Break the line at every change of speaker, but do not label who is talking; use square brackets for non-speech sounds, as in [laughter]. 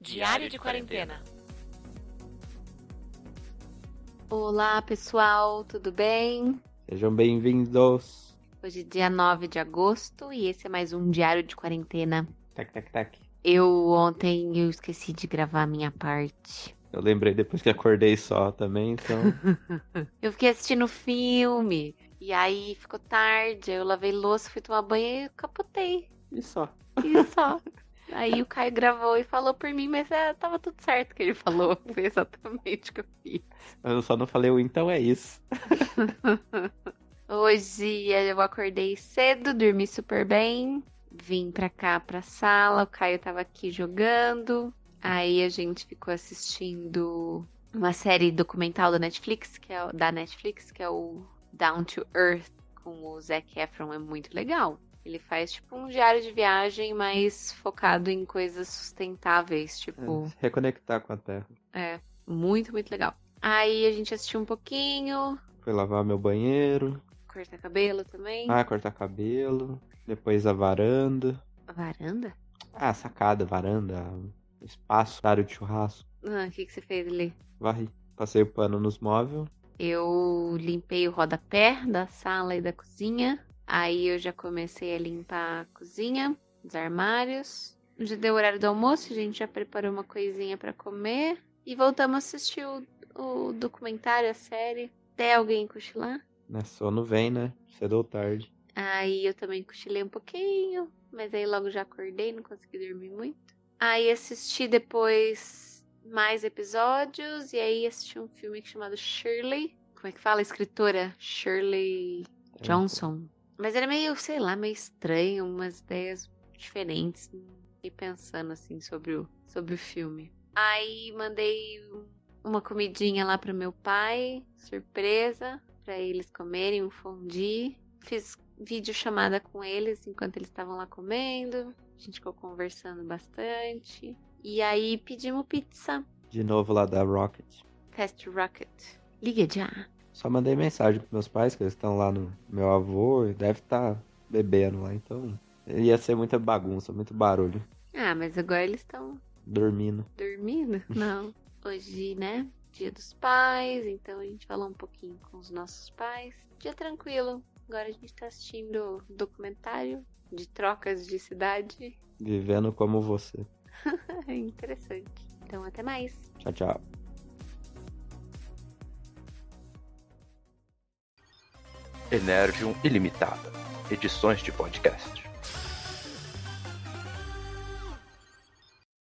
Diário de quarentena.
Olá, pessoal, tudo bem?
Sejam bem-vindos.
Hoje é dia 9 de agosto e esse é mais um Diário de Quarentena.
Tac, tac, tac.
Eu ontem eu esqueci de gravar a minha parte.
Eu lembrei depois que acordei só também, então.
Eu fiquei assistindo filme e aí ficou tarde, aí eu lavei louça, fui tomar banho e capotei.
[laughs] e só.
E
[laughs]
só. Aí o Caio gravou e falou por mim, mas é, tava tudo certo que ele falou. [laughs] Foi exatamente o que eu fiz.
Eu só não falei o então é isso.
Hoje eu acordei cedo, dormi super bem. Vim pra cá, pra sala. O Caio tava aqui jogando. Aí a gente ficou assistindo uma série documental da Netflix, que é, o- da Netflix, que é o Down to Earth, com o Zac Efron. É muito legal. Ele faz tipo um diário de viagem, mas focado em coisas sustentáveis, tipo.
É, Se reconectar com a terra.
É, muito, muito legal. Aí a gente assistiu um pouquinho,
Fui lavar meu banheiro.
cortar cabelo também.
Ah, cortar cabelo. Depois a varanda.
A Varanda?
Ah, sacada, varanda. Espaço, área de churrasco.
Ah, o que, que você fez ali?
Varri. Passei o pano nos móveis.
Eu limpei o rodapé da sala e da cozinha. Aí eu já comecei a limpar a cozinha, os armários. Já deu o horário do almoço, a gente já preparou uma coisinha pra comer. E voltamos a assistir o, o documentário, a série. Até alguém cochilar.
Né? Sono vem, né? Cedo ou tarde.
Aí eu também cochilei um pouquinho, mas aí logo já acordei, não consegui dormir muito. Aí assisti depois mais episódios, e aí assisti um filme chamado Shirley. Como é que fala? Escritora Shirley Johnson. Mas era meio, sei lá, meio estranho, umas ideias diferentes. E pensando assim sobre o, sobre o filme. Aí mandei um- uma comidinha lá pro meu pai, surpresa, pra eles comerem um fondue. Fiz videochamada com eles enquanto eles estavam lá comendo. A gente ficou conversando bastante. E aí pedimos pizza.
De novo lá da Rocket.
Fast Rocket. Liga já.
Só mandei mensagem pros meus pais, que eles estão lá no meu avô, e deve estar bebendo lá, então. Ia ser muita bagunça, muito barulho.
Ah, mas agora eles estão
Dormindo.
[laughs] Dormindo? Não. Hoje, né? Dia dos pais, então a gente falou um pouquinho com os nossos pais. Dia tranquilo. Agora a gente tá assistindo documentário de trocas de cidade. [laughs]
Vivendo como você.
É interessante. Então, até mais.
Tchau, tchau.
Energium Ilimitada. Edições de podcast.